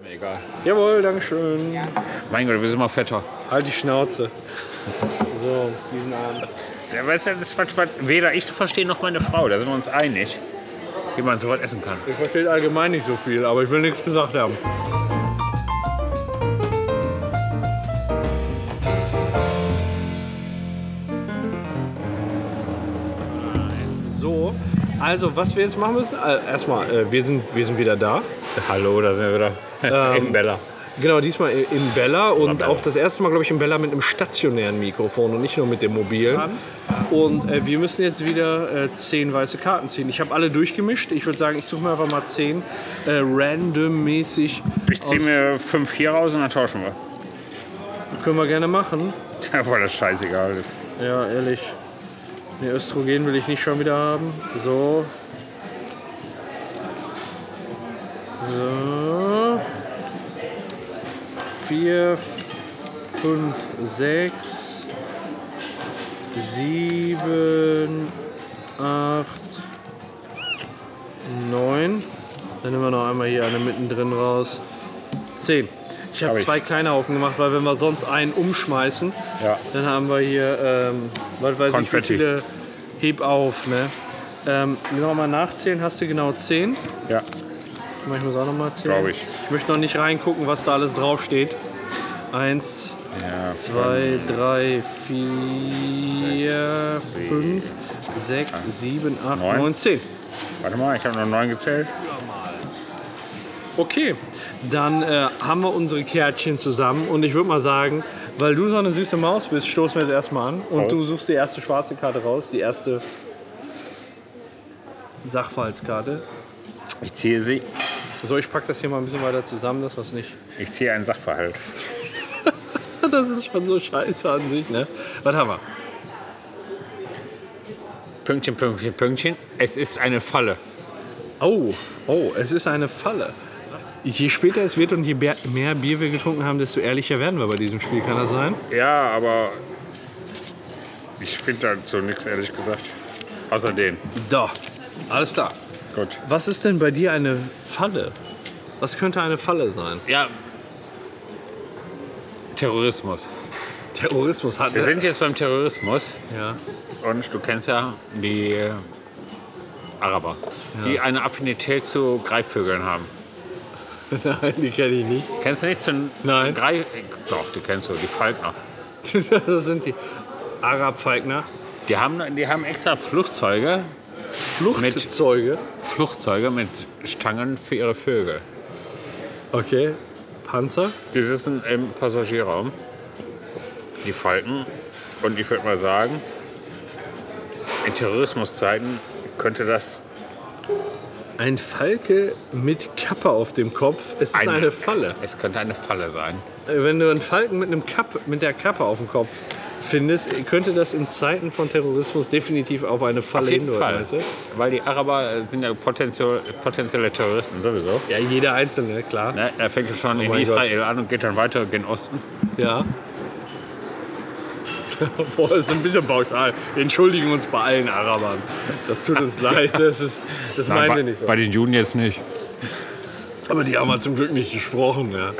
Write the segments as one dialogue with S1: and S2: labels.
S1: Mir egal.
S2: Jawohl, Dankeschön.
S1: Mein Gott, wir sind mal fetter.
S2: Halt die Schnauze. So, diesen Abend.
S1: Ja, weißt du, das ist was, was weder ich verstehe noch meine Frau. Da sind wir uns einig, wie man sowas essen kann.
S2: Ihr versteht allgemein nicht so viel, aber ich will nichts gesagt haben. So, also was wir jetzt machen müssen, äh, erstmal, äh, wir, sind, wir sind wieder da.
S1: Hallo, da sind wir wieder. Ähm, In Bella.
S2: Genau, diesmal i- in Bella und
S1: Bella.
S2: auch das erste Mal, glaube ich, in Bella mit einem stationären Mikrofon und nicht nur mit dem mobilen. Und äh, wir müssen jetzt wieder äh, zehn weiße Karten ziehen. Ich habe alle durchgemischt. Ich würde sagen, ich suche mir einfach mal zehn äh, randommäßig.
S1: Ich ziehe
S2: aus-
S1: mir fünf hier raus und dann tauschen wir.
S2: Können wir gerne machen.
S1: Ja, Weil das scheißegal ist.
S2: Ja, ehrlich. Ne, Östrogen will ich nicht schon wieder haben. So. So. Vier, fünf, sechs, sieben, acht, neun. Dann nehmen wir noch einmal hier eine mittendrin raus. Zehn. Ich
S1: Hab
S2: habe
S1: ich.
S2: zwei kleine Haufen gemacht, weil wenn wir sonst einen umschmeißen,
S1: Ja.
S2: dann haben wir hier, ähm, was weiß
S1: Konfetti.
S2: ich, wie viele Heb auf. Ne? Ähm, genau mal nachzählen, hast du genau 10.
S1: Ja,
S2: Manchmal muss auch nochmal zählen.
S1: Glaub ich.
S2: Ich möchte noch nicht reingucken, was da alles draufsteht. Eins,
S1: ja
S2: zwei, drei, vier, fünf, sechs, sieben, acht,
S1: neun.
S2: neun, zehn.
S1: warte mal, ich habe noch neun gezählt.
S2: Okay, dann äh, haben wir unsere Kärtchen zusammen und ich würde mal sagen, weil du so eine süße Maus bist, stoßen wir jetzt erstmal an und
S1: Raus.
S2: du suchst die erste schwarze Karte raus, die erste Sachverhaltskarte.
S1: Ich ziehe sie.
S2: So, ich packe das hier mal ein bisschen weiter zusammen, dass wir es nicht.
S1: Ich ziehe einen Sachverhalt.
S2: Das ist schon so scheiße an sich, ne? Was haben wir?
S1: Pünktchen, Pünktchen, Pünktchen. Es ist eine Falle.
S2: Oh, oh, es ist eine Falle. Je später es wird und je mehr- mehr Bier wir getrunken haben, desto ehrlicher werden wir bei diesem Spiel, kann das sein?
S1: Ja, aber ich finde dazu nichts, ehrlich gesagt. Außer den.
S2: Da, alles klar.
S1: Gut.
S2: Was ist denn bei dir eine Falle? Was könnte eine Falle sein?
S1: Ja. Terrorismus.
S2: Terrorismus hat
S1: Wir sind jetzt beim Terrorismus
S2: ja.
S1: und du kennst ja die äh, Araber, die eine Affinität zu Greifvögeln haben.
S2: Nein, die kenne ich nicht.
S1: Kennst du nicht zu
S2: Nein.
S1: Greif äh, Doch, du kennst so die Falkner.
S2: Das sind die Arabfeigner.
S1: Die haben, die haben extra Flugzeuge,
S2: Fluchtzeuge.
S1: Flugzeuge mit Stangen für ihre Vögel.
S2: Okay. Panzer.
S1: Die sitzen im Passagierraum. Die Falken. Und ich würde mal sagen, in Terrorismuszeiten könnte das
S2: Ein Falke mit Kappe auf dem Kopf. Es ist
S1: Ein-
S2: eine Falle.
S1: es könnte eine Falle sein.
S2: Äh, Wenn du einen Falken mit, einem Kapp, mit der Kappe auf dem Kopf findest, könnte das in Zeiten von Terrorismus definitiv auf eine Falle
S1: Auf jeden Fall.
S2: hinweisen.
S1: Weil die Araber äh, sind ja potenziell, potenzielle Terroristen sowieso.
S2: Ja, jeder Einzelne, klar.
S1: Ne? Er fängt ja schon in
S2: Oh mein
S1: Israel an und geht dann weiter gen Osten.
S2: Ja. Boah, das ist ein bisschen pauschal. Wir entschuldigen uns bei allen Arabern. Das tut uns leid, das, ist, das meinen wir
S1: bei,
S2: nicht so.
S1: bei den Juden jetzt nicht.
S2: Aber die haben wir zum Glück nicht gesprochen, ja.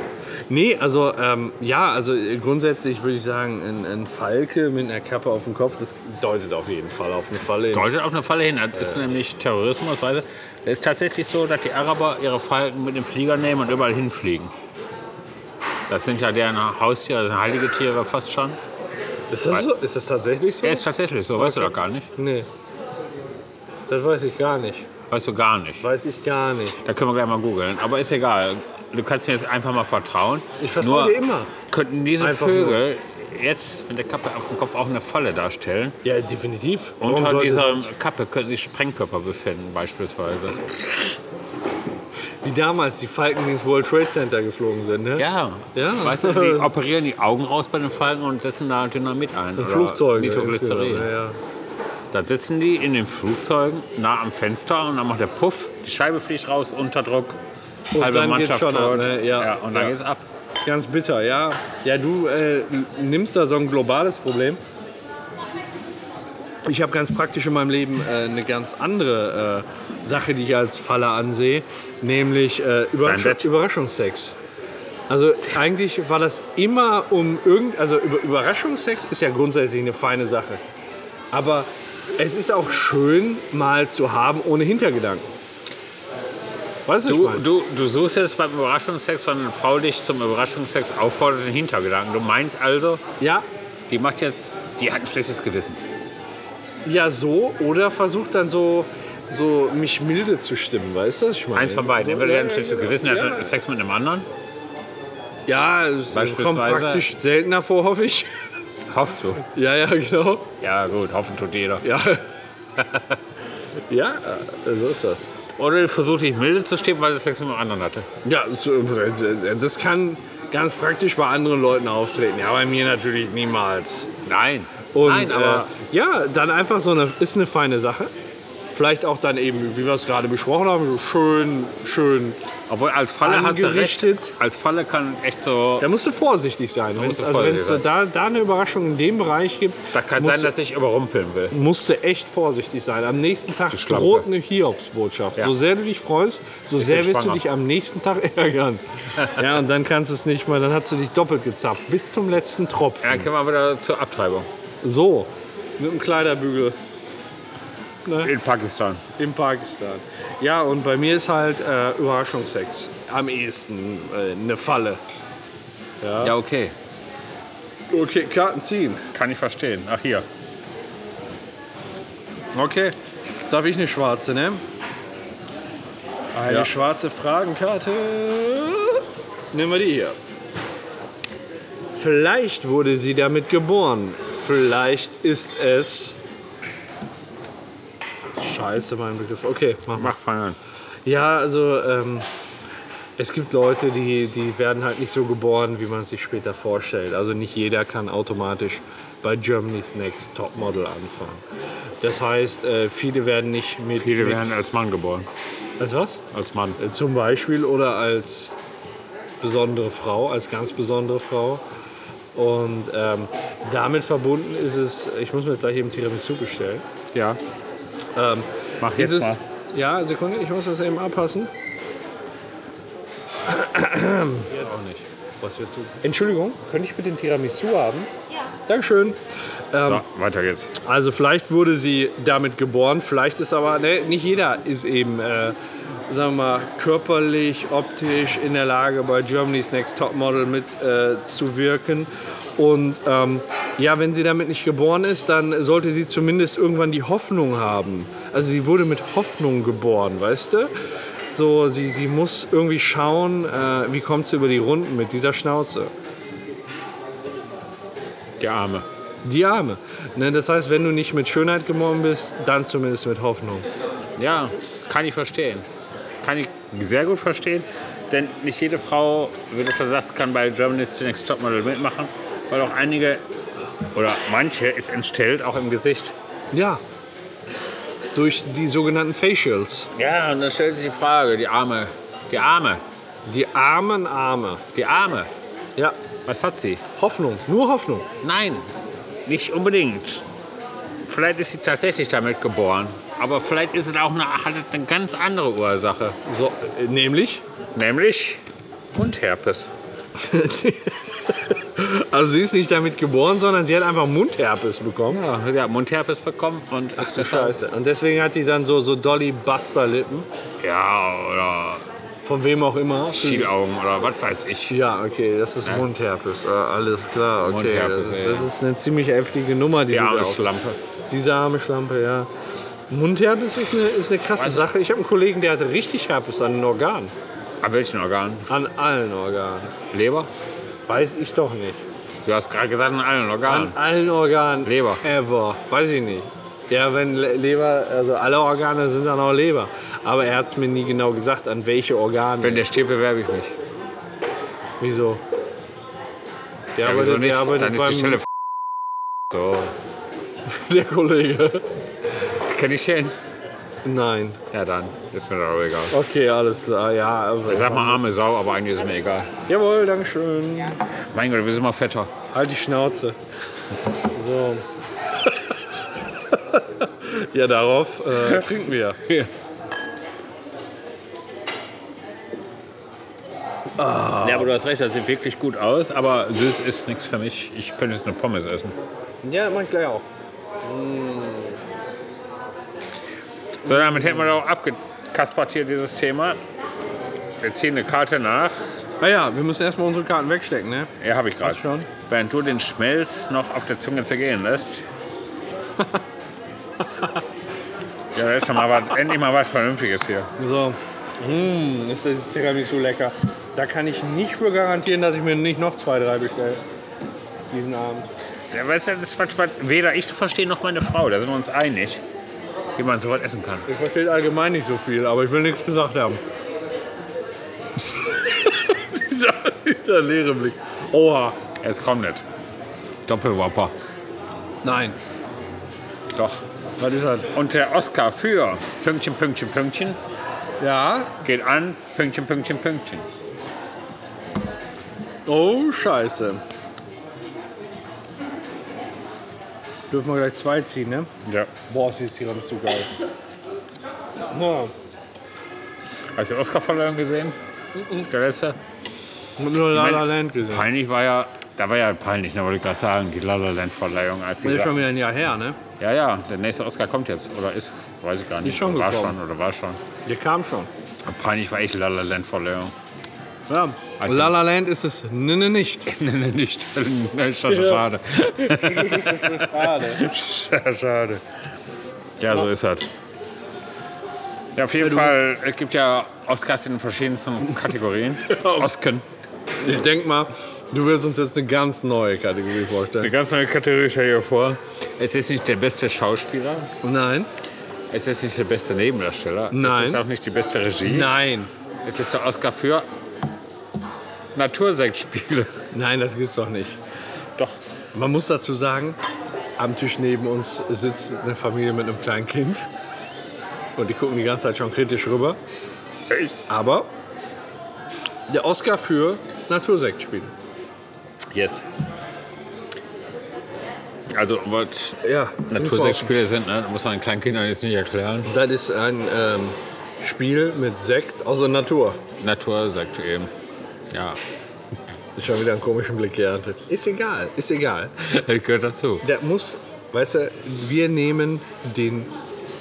S2: Nee, also ähm, ja, also äh, grundsätzlich würde ich sagen, ein, ein Falke mit einer Kappe auf dem Kopf, das deutet auf jeden Fall auf eine Falle hin.
S1: Deutet auf eine Falle hin. Das ist nämlich Terrorismus. Weißt du? Es ist tatsächlich so, dass die Araber ihre Falken mit dem Flieger nehmen und überall hinfliegen. Das sind ja deren Haustiere, das sind heilige Tiere fast schon.
S2: Ist das, so? ist das tatsächlich so?
S1: Ja, ist tatsächlich so, weißt du doch gar nicht.
S2: Nee. Das weiß ich gar nicht.
S1: Weißt du gar nicht.
S2: Weiß ich gar nicht.
S1: Da können wir gleich mal googeln. Aber ist egal. Du kannst mir jetzt einfach mal vertrauen.
S2: Ich
S1: Nur
S2: vertraue dir immer.
S1: Könnten diese
S2: Einfach
S1: Vögel jetzt mit der Kappe auf dem Kopf auch eine Falle darstellen?
S2: Ja, definitiv. Warum
S1: Unter
S2: sollte
S1: dieser
S2: sonst-
S1: Kappe können sich Sprengkörper befinden, beispielsweise.
S2: Wie damals die Falken ins World Trade Center geflogen sind, ne?
S1: Ja.
S2: Ja.
S1: Weißt du, die operieren die Augen raus bei den Falken und setzen da Dynamit ein. oder
S2: Flugzeuge.
S1: Nitroglycerin.
S2: insgesamt, Ja, ja.
S1: Da sitzen die in den Flugzeugen nah am Fenster und dann macht der Puff, die Scheibe fliegt raus, Unterdruck, halbe
S2: dann geht's
S1: Mannschaft
S2: schon ab,
S1: tot.
S2: ne? Ja.
S1: und dann
S2: Ja.
S1: geht's ab.
S2: Ganz bitter, ja. Ja, du äh, nimmst da so ein globales Problem. Ich habe ganz praktisch in meinem Leben äh, eine ganz andere äh, Sache, die ich als Falle ansehe, nämlich äh, Überrasch
S1: Dein Bett.
S2: Überraschungssex. Also eigentlich war das immer um irgend, also Über- Überraschungsex ist ja grundsätzlich eine feine Sache. Aber es ist auch schön, mal zu haben ohne Hintergedanken. Weißt du,
S1: Du,
S2: was ich meine?
S1: du, du suchst jetzt beim Überraschungsex, wenn eine Frau dich zum Überraschungsex auffordert, den Hintergedanken. Du meinst also,
S2: Ja,
S1: die macht jetzt, die hat ein schlechtes Gewissen.
S2: ja so oder versucht dann so, so mich milde zu stimmen, weißt du, was ich meine?
S1: Eins von beiden.
S2: So,
S1: Entweder
S2: ja,
S1: ein schlechtes
S2: ja,
S1: Gewissen, der
S2: ja.
S1: hat Sex mit einem anderen.
S2: Ja, es kommt
S1: Beispielsweise-
S2: praktisch seltener vor, hoffe ich.
S1: Hoffst du?
S2: Ja, ja, genau.
S1: Ja, gut, hoffen tut jeder.
S2: Ja, ja äh, so ist das.
S1: Oder versucht dich milde zu stehen, weil sie Sex mit einem anderen hatte.
S2: Ja, so, äh, das kann ganz praktisch bei anderen Leuten auftreten. Ja, bei mir natürlich niemals.
S1: Nein.
S2: Und,
S1: Nein, aber
S2: äh, ja, dann einfach so eine, ist eine feine Sache. Vielleicht auch dann eben, wie wir es gerade besprochen haben, so schön, schön.
S1: obwohl als Falle hat sie recht.
S2: angerichtet.
S1: Als Falle kann echt so.
S2: Da musst du vorsichtig sein. Wenn
S1: musst
S2: es
S1: du
S2: also wenn es
S1: vorsichtig
S2: da, da eine Überraschung in dem Bereich gibt,
S1: Da kann
S2: musst
S1: sein, dass ich überrumpeln will.
S2: du, musst du echt vorsichtig sein. Am nächsten Tag
S1: Schlampe.
S2: droht eine Hiobsbotschaft.
S1: Ja.
S2: So sehr du dich freust, so sehr
S1: bin
S2: wirst
S1: schwanger.
S2: du dich am nächsten Tag ärgern. ja, und dann kannst du es nicht mehr. Dann hast du dich doppelt gezapft. Bis zum letzten Tropfen.
S1: Dann können wir wieder zur Abtreibung.
S2: So, mit dem Kleiderbügel
S1: In Pakistan.
S2: in Pakistan. Ja, und bei mir ist halt äh, Überraschungsex am ehesten äh, eine Falle.
S1: Ja, okay.
S2: Okay, Karten ziehen.
S1: Kann ich verstehen. Ach, hier.
S2: Okay, jetzt habe ich eine schwarze, ne? Eine
S1: Ja.
S2: schwarze Fragenkarte. Nehmen wir die hier. Vielleicht wurde sie damit geboren. Vielleicht ist es. Scheiße, mein Begriff. Okay, mach mal.
S1: Mach, fang an.
S2: Ja, also ähm, es gibt Leute, die, die werden halt nicht so geboren, wie man sich später vorstellt. Also nicht jeder kann automatisch bei Germany's Next Topmodel anfangen. Das heißt, äh, viele werden nicht mit...
S1: Viele
S2: mit,
S1: werden als Mann geboren.
S2: Als was?
S1: Als Mann.
S2: Äh, Zum Beispiel oder als besondere Frau, als ganz besondere Frau. Und ähm, damit verbunden ist es, ich muss mir jetzt gleich eben Tiramisu bestellen.
S1: Ja. Ähm, Mach
S2: Ist
S1: jetzt
S2: es,
S1: mal.
S2: ja, Sekunde, ich muss das eben abpassen.
S1: Auch nicht. Was wir zu.
S2: Entschuldigung, könnte ich bitte den Tiramisu haben?
S3: Ja.
S2: Dankeschön.
S1: so, weiter geht's.
S2: Also vielleicht wurde sie damit geboren, vielleicht ist aber, ne, nicht jeder ist eben, äh, sagen wir mal, körperlich, optisch in der Lage, bei Germany's Next Topmodel mitzuwirken. Äh, zu wirken. Und ähm, ja, wenn sie damit nicht geboren ist, dann sollte sie zumindest irgendwann die Hoffnung haben. Also sie wurde mit Hoffnung geboren, weißt du? So, sie, sie muss irgendwie schauen, äh, wie kommt sie über die Runden mit dieser Schnauze.
S1: Die Arme.
S2: Die Arme. Ne, das heißt, wenn du nicht mit Schönheit geboren bist, dann zumindest mit Hoffnung.
S1: Ja, kann ich verstehen. Kann ich sehr gut verstehen, denn nicht jede Frau, wie du schon sagst, kann bei Germany's Next Topmodel mitmachen, weil auch einige oder manche ist entstellt, auch im Gesicht.
S2: Ja. Durch die sogenannten Facials.
S1: Ja, und dann stellt sich die Frage, die Arme, die Arme,
S2: Die armen Arme.
S1: die Arme,
S2: Ja.
S1: was hat sie?
S2: Hoffnung, nur Hoffnung.
S1: Nein, nicht unbedingt. Vielleicht ist sie tatsächlich damit geboren, aber vielleicht ist es auch eine, hat es eine ganz andere Ursache,
S2: So, äh, nämlich?
S1: nämlich Mundherpes.
S2: also sie ist nicht damit geboren, sondern sie hat einfach Mundherpes bekommen.
S1: Ja, sie hat Mundherpes bekommen und ist deshalb-
S2: Scheiße. Und deswegen hat die dann so, so Dolly Buster-Lippen.
S1: Ja, oder
S2: Von wem auch immer.
S1: Schielaugen oder was weiß ich.
S2: Ja, okay, das ist Mundherpes. Äh, alles klar, okay.
S1: Mundherpes,
S2: das, ist,
S1: ja,
S2: das ist eine ziemlich heftige Nummer, die
S1: Die
S2: du da
S1: arme
S2: auf-
S1: Schlampe.
S2: Diese arme Schlampe, ja. Mundherpes ist eine, ist eine krasse Sache. Ich habe einen Kollegen, der hatte richtig Herpes an den Organen.
S1: An welchen Organen?
S2: An allen Organen.
S1: Leber?
S2: Weiß ich doch nicht.
S1: Du hast gerade gesagt, an allen
S2: An
S1: Organen.
S2: allen Organen.
S1: Leber.
S2: Ever. Weiß ich nicht. Ja, wenn Le- Leber, also alle Organe sind dann auch Leber. Aber er hat es mir nie genau gesagt, an welche Organe.
S1: Wenn der steht, bewerbe ich mich.
S2: Wieso? Der
S1: Ja, wieso
S2: arbeitet,
S1: nicht?
S2: der arbeitet
S1: Dann ist die
S2: beim
S1: Stelle f- So,
S2: der Kollege.
S1: kenn ich hin.
S2: Nein.
S1: Ja, dann. Ist mir doch egal.
S2: Okay, alles klar. Ja, aber-
S1: Ich sag mal arme Sau, aber eigentlich ist mir egal.
S2: Jawohl, Dankeschön.
S1: Mein Gott, wir sind immer fetter.
S2: Halt die Schnauze. So. ja, darauf äh, trinken wir.
S1: Ja, aber du hast recht, das sieht wirklich gut aus, aber süß ist nichts für mich. Ich könnte jetzt eine Pommes essen.
S2: Ja, mach ich gleich auch.
S1: So, damit hätten wir doch abgekaspert hier dieses Thema. Wir ziehen eine Karte nach.
S2: Naja, Ah wir müssen erstmal unsere Karten wegstecken, ne?
S1: Ja, habe ich gerade.
S2: Hast du schon?
S1: Während du den Schmelz noch auf der Zunge zergehen lässt. ja, da ist doch mal was, endlich mal was Vernünftiges hier.
S2: So. Mmh, ist das Tiramisu lecker. Da kann ich nicht für garantieren, dass ich mir nicht noch zwei, drei bestelle. Diesen Abend.
S1: Ja, weißt du, das ist was, was weder ich verstehe noch meine Frau. Da sind wir uns einig, wie man sowas essen kann.
S2: Ihr versteht allgemein nicht so viel, aber ich will nichts gesagt haben. dieser, dieser leere Blick. Oha.
S1: Es kommt nicht. Doppelwopper.
S2: Nein.
S1: Doch.
S2: Was ist das?
S1: Und der Oscar für Pünktchen, Pünktchen, Pünktchen
S2: Ja.
S1: geht an Pünktchen, Pünktchen, Pünktchen.
S2: Oh, scheiße. Dürfen wir gleich zwei ziehen, ne?
S1: Ja.
S2: Boah, sie ist Tiramisu geil. Ja.
S1: Hast du die Oscar-Verleihung gesehen?
S2: Mhm,
S1: Der letzte?
S2: Mit nur La La
S1: Mein-
S2: Land gesehen.
S1: Peinlich war ja, da war ja peinlich, ne, wollte ich gerade sagen, die La La Land-Verleihung. Als sie
S2: Das ist
S1: da-
S2: schon wieder ein Jahr her, ne?
S1: Ja, ja, der nächste Oscar kommt jetzt. Oder ist, weiß ich gar nicht.
S2: Ist schon
S1: war
S2: gekommen.
S1: schon oder war schon.
S2: Der kam schon.
S1: Aber Peinlich war echt La La Land-Verleihung.
S2: Ja.
S1: Also-
S2: La La Land ist es ne, ne, nicht.
S1: Nein, nicht. Schade.
S2: Schade.
S1: Schade. Ja, so ist das. Ja, auf jeden
S2: du-
S1: Fall, es gibt ja Oscars in den verschiedensten Kategorien. Osken.
S2: Ich denk mal, du wirst uns jetzt eine ganz neue Kategorie vorstellen.
S1: Eine ganz neue Kategorie stell dir vor. Es ist nicht der beste Schauspieler,
S2: Nein.
S1: es ist nicht der beste Nebendarsteller,
S2: Nein.
S1: es ist auch nicht die beste Regie,
S2: Nein.
S1: es ist der Oscar für Natursektspiele.
S2: Nein, das gibt's doch nicht.
S1: Doch,
S2: Man muss dazu sagen, am Tisch neben uns sitzt eine Familie mit einem kleinen Kind. Und die gucken die ganze Zeit schon kritisch rüber.
S1: echt?
S2: Aber der Oscar für Natursektspiele.
S1: Yes. Also, was
S2: Ja,
S1: Natursektspiele sind, ne? muss man den kleinen Kindern jetzt nicht erklären.
S2: Das ist ein ähm, Spiel mit Sekt aus der Natur.
S1: Natursekt eben. Ja,
S2: Ist schon wieder einen komischen Blick geerntet. Ist egal, ist egal.
S1: das gehört dazu.
S2: Da muss, weißt du, wir nehmen den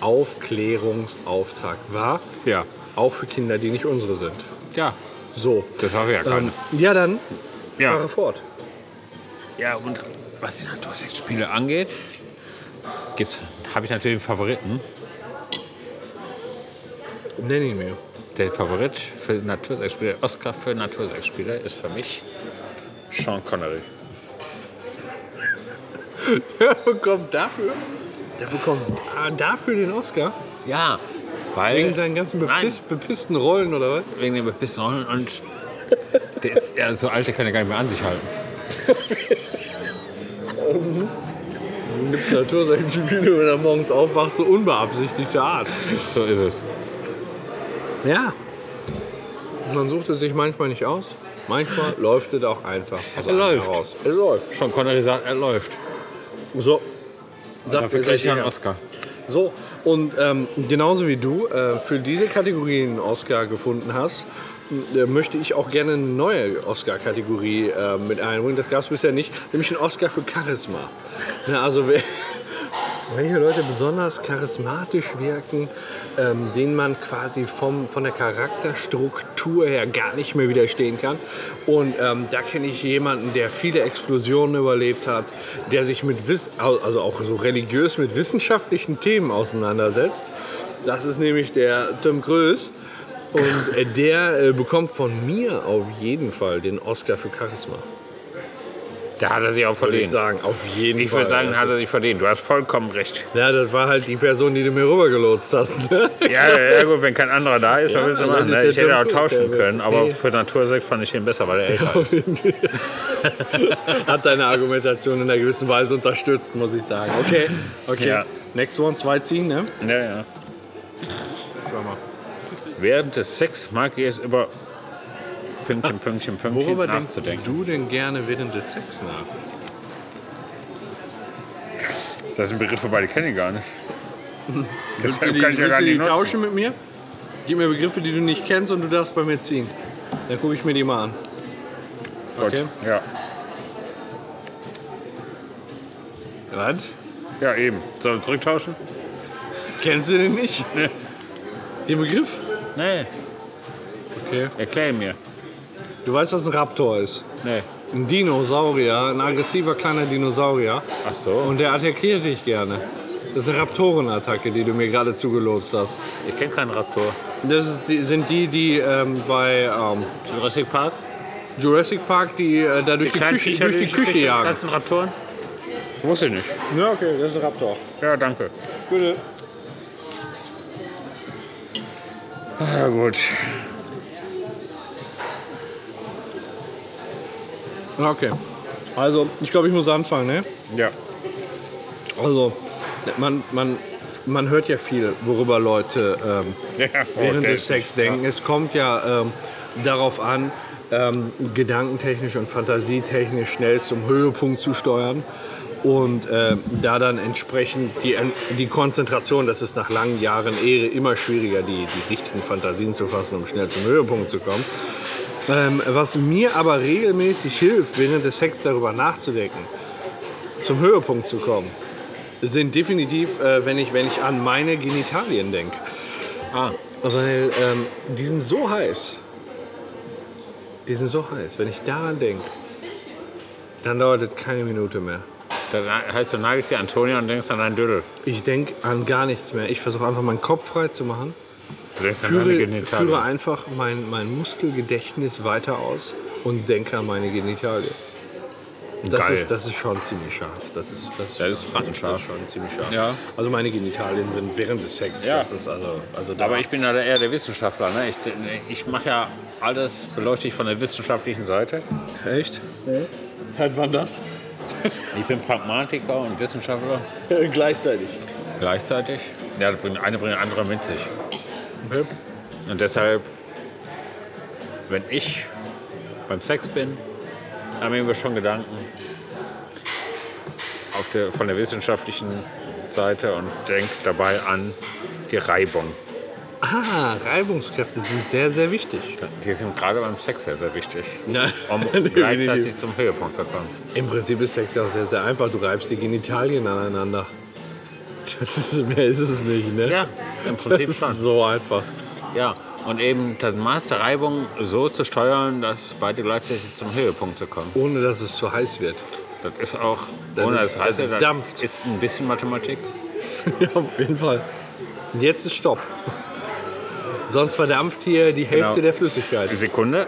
S2: Aufklärungsauftrag wahr,
S1: Ja,
S2: auch für Kinder, die nicht unsere sind.
S1: ja,
S2: So.
S1: das habe ich ja keine.
S2: Ähm, ja, dann fahre
S1: ja.
S2: fort.
S1: ja, und was die Natursektspiele angeht, gibt's, habe ich natürlich einen Favoriten.
S2: Nenn ihn mir.
S1: Der Favorit für Natursexspieler, Oscar für Natursexspieler ist für mich Sean Connery.
S2: Der bekommt dafür? Der bekommt ah, dafür den Oscar?
S1: Ja, weil
S2: Wegen seinen ganzen bepiss, bepissten Rollen oder was?
S1: Nein, wegen den bepissen Rollen und der ist ja so alt, der kann ja gar nicht mehr an sich halten.
S2: Gibt's Natursektspiele, wenn er morgens aufwacht, so unbeabsichtigte Art.
S1: So ist es.
S2: Ja. Man sucht es sich manchmal nicht aus. Manchmal läuft es auch einfach. aus einem
S1: läuft.
S2: Heraus. Er läuft.
S1: Sean Connery sagt, er läuft.
S2: So.
S1: Dafür
S2: Sagt er
S1: kriegt
S2: sich
S1: er einen
S2: her.
S1: Oscar.
S2: So, und ähm, genauso wie du äh, für diese Kategorie einen Oscar gefunden hast, m- äh, möchte ich auch gerne eine neue Oscar-Kategorie äh, mit einbringen. Das gab es bisher nicht, nämlich einen Oscar für Charisma. Na, also wer, welche Leute besonders charismatisch wirken, ähm, denen man quasi vom, von der Charakterstruktur her gar nicht mehr widerstehen kann. Und ähm, da kenne ich jemanden, der viele Explosionen überlebt hat, der sich mit Wiss au- also auch so religiös mit wissenschaftlichen Themen auseinandersetzt. Das ist nämlich der Tim Größ. Und äh, der äh, bekommt von mir auf jeden Fall den Oscar für Charisma,
S1: Da hat er sich auch
S2: würde ich
S1: verdient.
S2: sagen. Auf jeden
S1: Ich
S2: Fall.
S1: würde sagen, also
S2: Das
S1: hat
S2: ist-
S1: er sich verdient. Du hast vollkommen recht.
S2: Ja, das war halt die Person, die du mir rübergelotst hast. ne?
S1: Ja, ja, ja, gut, wenn kein anderer da ist, dann
S2: Ja,
S1: willst du
S2: das
S1: machen.
S2: ist
S1: Ne?
S2: ja
S1: Ich hätte
S2: dumm
S1: auch
S2: gut,
S1: tauschen
S2: der-
S1: können, aber
S2: nee.
S1: für Natursekt fand ich den besser, weil er älter ist.
S2: Hat deine Argumentation in einer gewissen Weise unterstützt, muss ich sagen. Okay, okay.
S1: Ja.
S2: Next one, zwei ziehen, ne?
S1: Ja, ja.
S2: Schau mal.
S1: Während des Sex mag ich es über Pünktchen, Pünktchen, Pünktchen
S2: Worüber denkst
S1: nachzudenken.
S2: du denn gerne während des Sex nach?
S1: Das sind Begriffe, beide kenne ich gar nicht.
S2: Willst du
S1: Deshalb
S2: die,
S1: kann ich ja
S2: willst
S1: gar
S2: du die
S1: nicht nutzen.
S2: tauschen mit mir? Gib mir Begriffe, die du nicht kennst und du darfst bei mir ziehen. Dann gucke ich mir die mal an. Okay.
S1: Gut. Ja.
S2: Was?
S1: ja, eben. Sollen wir zurücktauschen?
S2: Kennst du den nicht?
S1: Nee.
S2: Den Begriff?
S1: Nee.
S2: Okay.
S1: Erklär mir.
S2: Du weißt, was ein Raptor ist.
S1: Nee.
S2: Ein Dinosaurier, ein aggressiver kleiner Dinosaurier.
S1: Ach so.
S2: Und der attackiert dich gerne. Das ist eine Raptorenattacke, die du mir gerade zugelost hast.
S1: ich kenne keinen Raptor.
S2: Das ist, die, sind die, die ähm, bei ähm,
S1: Jurassic Park?
S2: Jurassic Park, die äh, da durch die,
S1: kleinen
S2: Küche,
S1: Viecher,
S2: durch die Küche jagen.
S1: ganzen Raptoren? Wusste ich nicht.
S2: Ja, okay, das ist ein Raptor.
S1: Ja, danke.
S2: Gute. Ah,
S1: Ja, gut.
S2: Okay. Also, ich glaube, ich muss anfangen, ne?
S1: Ja.
S2: Also, man, man, man hört ja viel, worüber Leute ähm,
S1: ja
S2: während
S1: okay.
S2: des Sex denken. Es kommt ja ähm, darauf an, ähm, gedankentechnisch und fantasietechnisch schnell zum Höhepunkt zu steuern und ähm, da dann entsprechend die, äh, die Konzentration, das ist nach langen Jahren Ehre immer schwieriger, die, die richtigen Fantasien zu fassen, um schnell zum Höhepunkt zu kommen. Ähm, was mir aber regelmäßig hilft, während des Sex darüber nachzudenken, zum Höhepunkt zu kommen, sind definitiv, äh, wenn, ich, wenn ich an meine Genitalien denke. Ah. Weil ähm, die sind so heiß. Die sind so heiß. Wenn ich daran denke, dann dauert es keine Minute mehr.
S1: Dann heißt du nagelst dir Antonia und denkst an einen Dödel.
S2: Ich denke an gar nichts mehr. Ich versuche einfach meinen Kopf frei zu machen.
S1: Du denkst an deine
S2: Führe, führe
S1: Genitalien.
S2: einfach mein, mein Muskelgedächtnis weiter aus und denke an meine Genitalien. Das,
S1: Geil.
S2: ist, das ist schon ziemlich scharf. Das ist, das ist,
S1: Das ist rattenscharf.
S2: Das ist schon ziemlich scharf.
S1: Ja.
S2: Also meine Genitalien sind während des Sex.
S1: Ja.
S2: Das ist also, also da-
S1: Aber ich bin ja eher der Wissenschaftler. Ne? Ich, ich mache ja alles beleuchte ich von der wissenschaftlichen Seite.
S2: Echt? Seit wann das?
S1: Ich bin Pragmatiker und Wissenschaftler
S2: Gleichzeitig.
S1: gleichzeitig. Ja, das bringt, eine bringt andere mit sich. Und deshalb, wenn ich beim Sex bin, haben wir mir schon Gedanken auf der, von der wissenschaftlichen Seite und denke dabei an die Reibung.
S2: Ah, Reibungskräfte sind sehr, sehr wichtig.
S1: Die sind gerade beim Sex sehr, sehr wichtig,
S2: Nein,
S1: um gleichzeitig zum Höhepunkt zu kommen.
S2: Im Prinzip ist Sex ja auch sehr, sehr einfach. Du reibst die Genitalien aneinander. Das ist, mehr ist es nicht, ne?
S1: Ja, im
S2: das
S1: Prinzip
S2: ist
S1: schon.
S2: so einfach.
S1: Ja, und eben das Maß der Reibung so zu steuern, dass beide gleichzeitig zum Höhepunkt zu kommen.
S2: Ohne dass es zu heiß wird.
S1: Das ist auch,
S2: Das-
S1: ohne das
S2: das
S1: heißt,
S2: dampft.
S1: das ist ein bisschen Mathematik.
S2: ja, auf jeden Fall. Und Jetzt ist Stopp. Sonst verdampft hier die Hälfte
S1: Genau.
S2: der Flüssigkeit.
S1: Sekunde.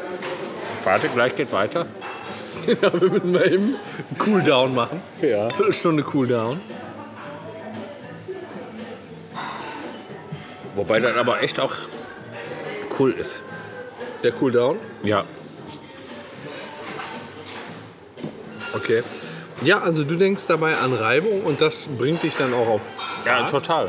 S1: Warte, gleich geht weiter.
S2: Ja, wir müssen mal eben einen Cooldown machen.
S1: Ja.
S2: Viertelstunde Cooldown.
S1: Wobei das aber echt auch cool ist.
S2: Der Cooldown.
S1: Ja.
S2: Okay. Ja, also du denkst dabei an Reibung und das bringt dich dann auch auf
S1: Ja,
S2: Fahrt.
S1: total.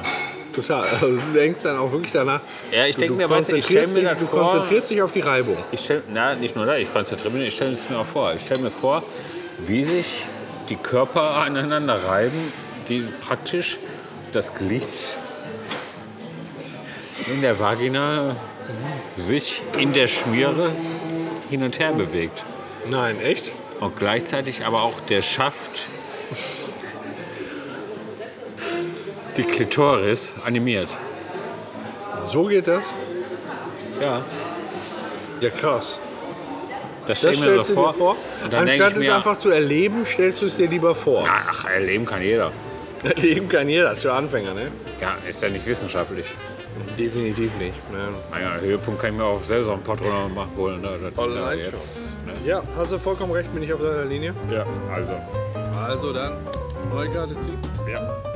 S2: total. Also du denkst dann auch wirklich danach.
S1: Ja, ich
S2: du,
S1: denk
S2: du
S1: mir, weißt du, ich
S2: konzentrierst
S1: stell mir
S2: dich-
S1: das
S2: Du
S1: vor-
S2: konzentrierst dich auf die Reibung.
S1: Ich stell, na, nicht nur da, ich konzentriere mich, ich stelle es mir auch vor. Ich stelle mir vor, wie sich die Körper aneinander reiben, wie praktisch das Glied in der Vagina sich in der Schmiere hin und her bewegt.
S2: Nein, echt?
S1: Und gleichzeitig aber auch der Schaft die Klitoris animiert.
S2: So geht das?
S1: Ja.
S2: Ja, krass.
S1: Das stell
S2: Das
S1: ich mir
S2: stellst
S1: so
S2: du dir
S1: vor.
S2: vor.
S1: Und dann denke
S2: Anstatt
S1: ich
S2: es
S1: mir,
S2: einfach zu erleben, stellst du es dir lieber vor.
S1: ach, erleben kann jeder.
S2: Erleben kann jeder, das ist für Anfänger, ne?
S1: Ja, ist ja nicht wissenschaftlich.
S2: Definitiv nicht. Ne?
S1: Naja, Höhepunkt kann ich mir auch selber einen Pott oder mal holen. Ne? Das ist ja
S2: Online
S1: jetzt. Ne?
S2: Ja, hast du vollkommen recht, bin ich auf deiner Linie.
S1: Ja, also.
S2: Also dann, Holger,
S1: Ja.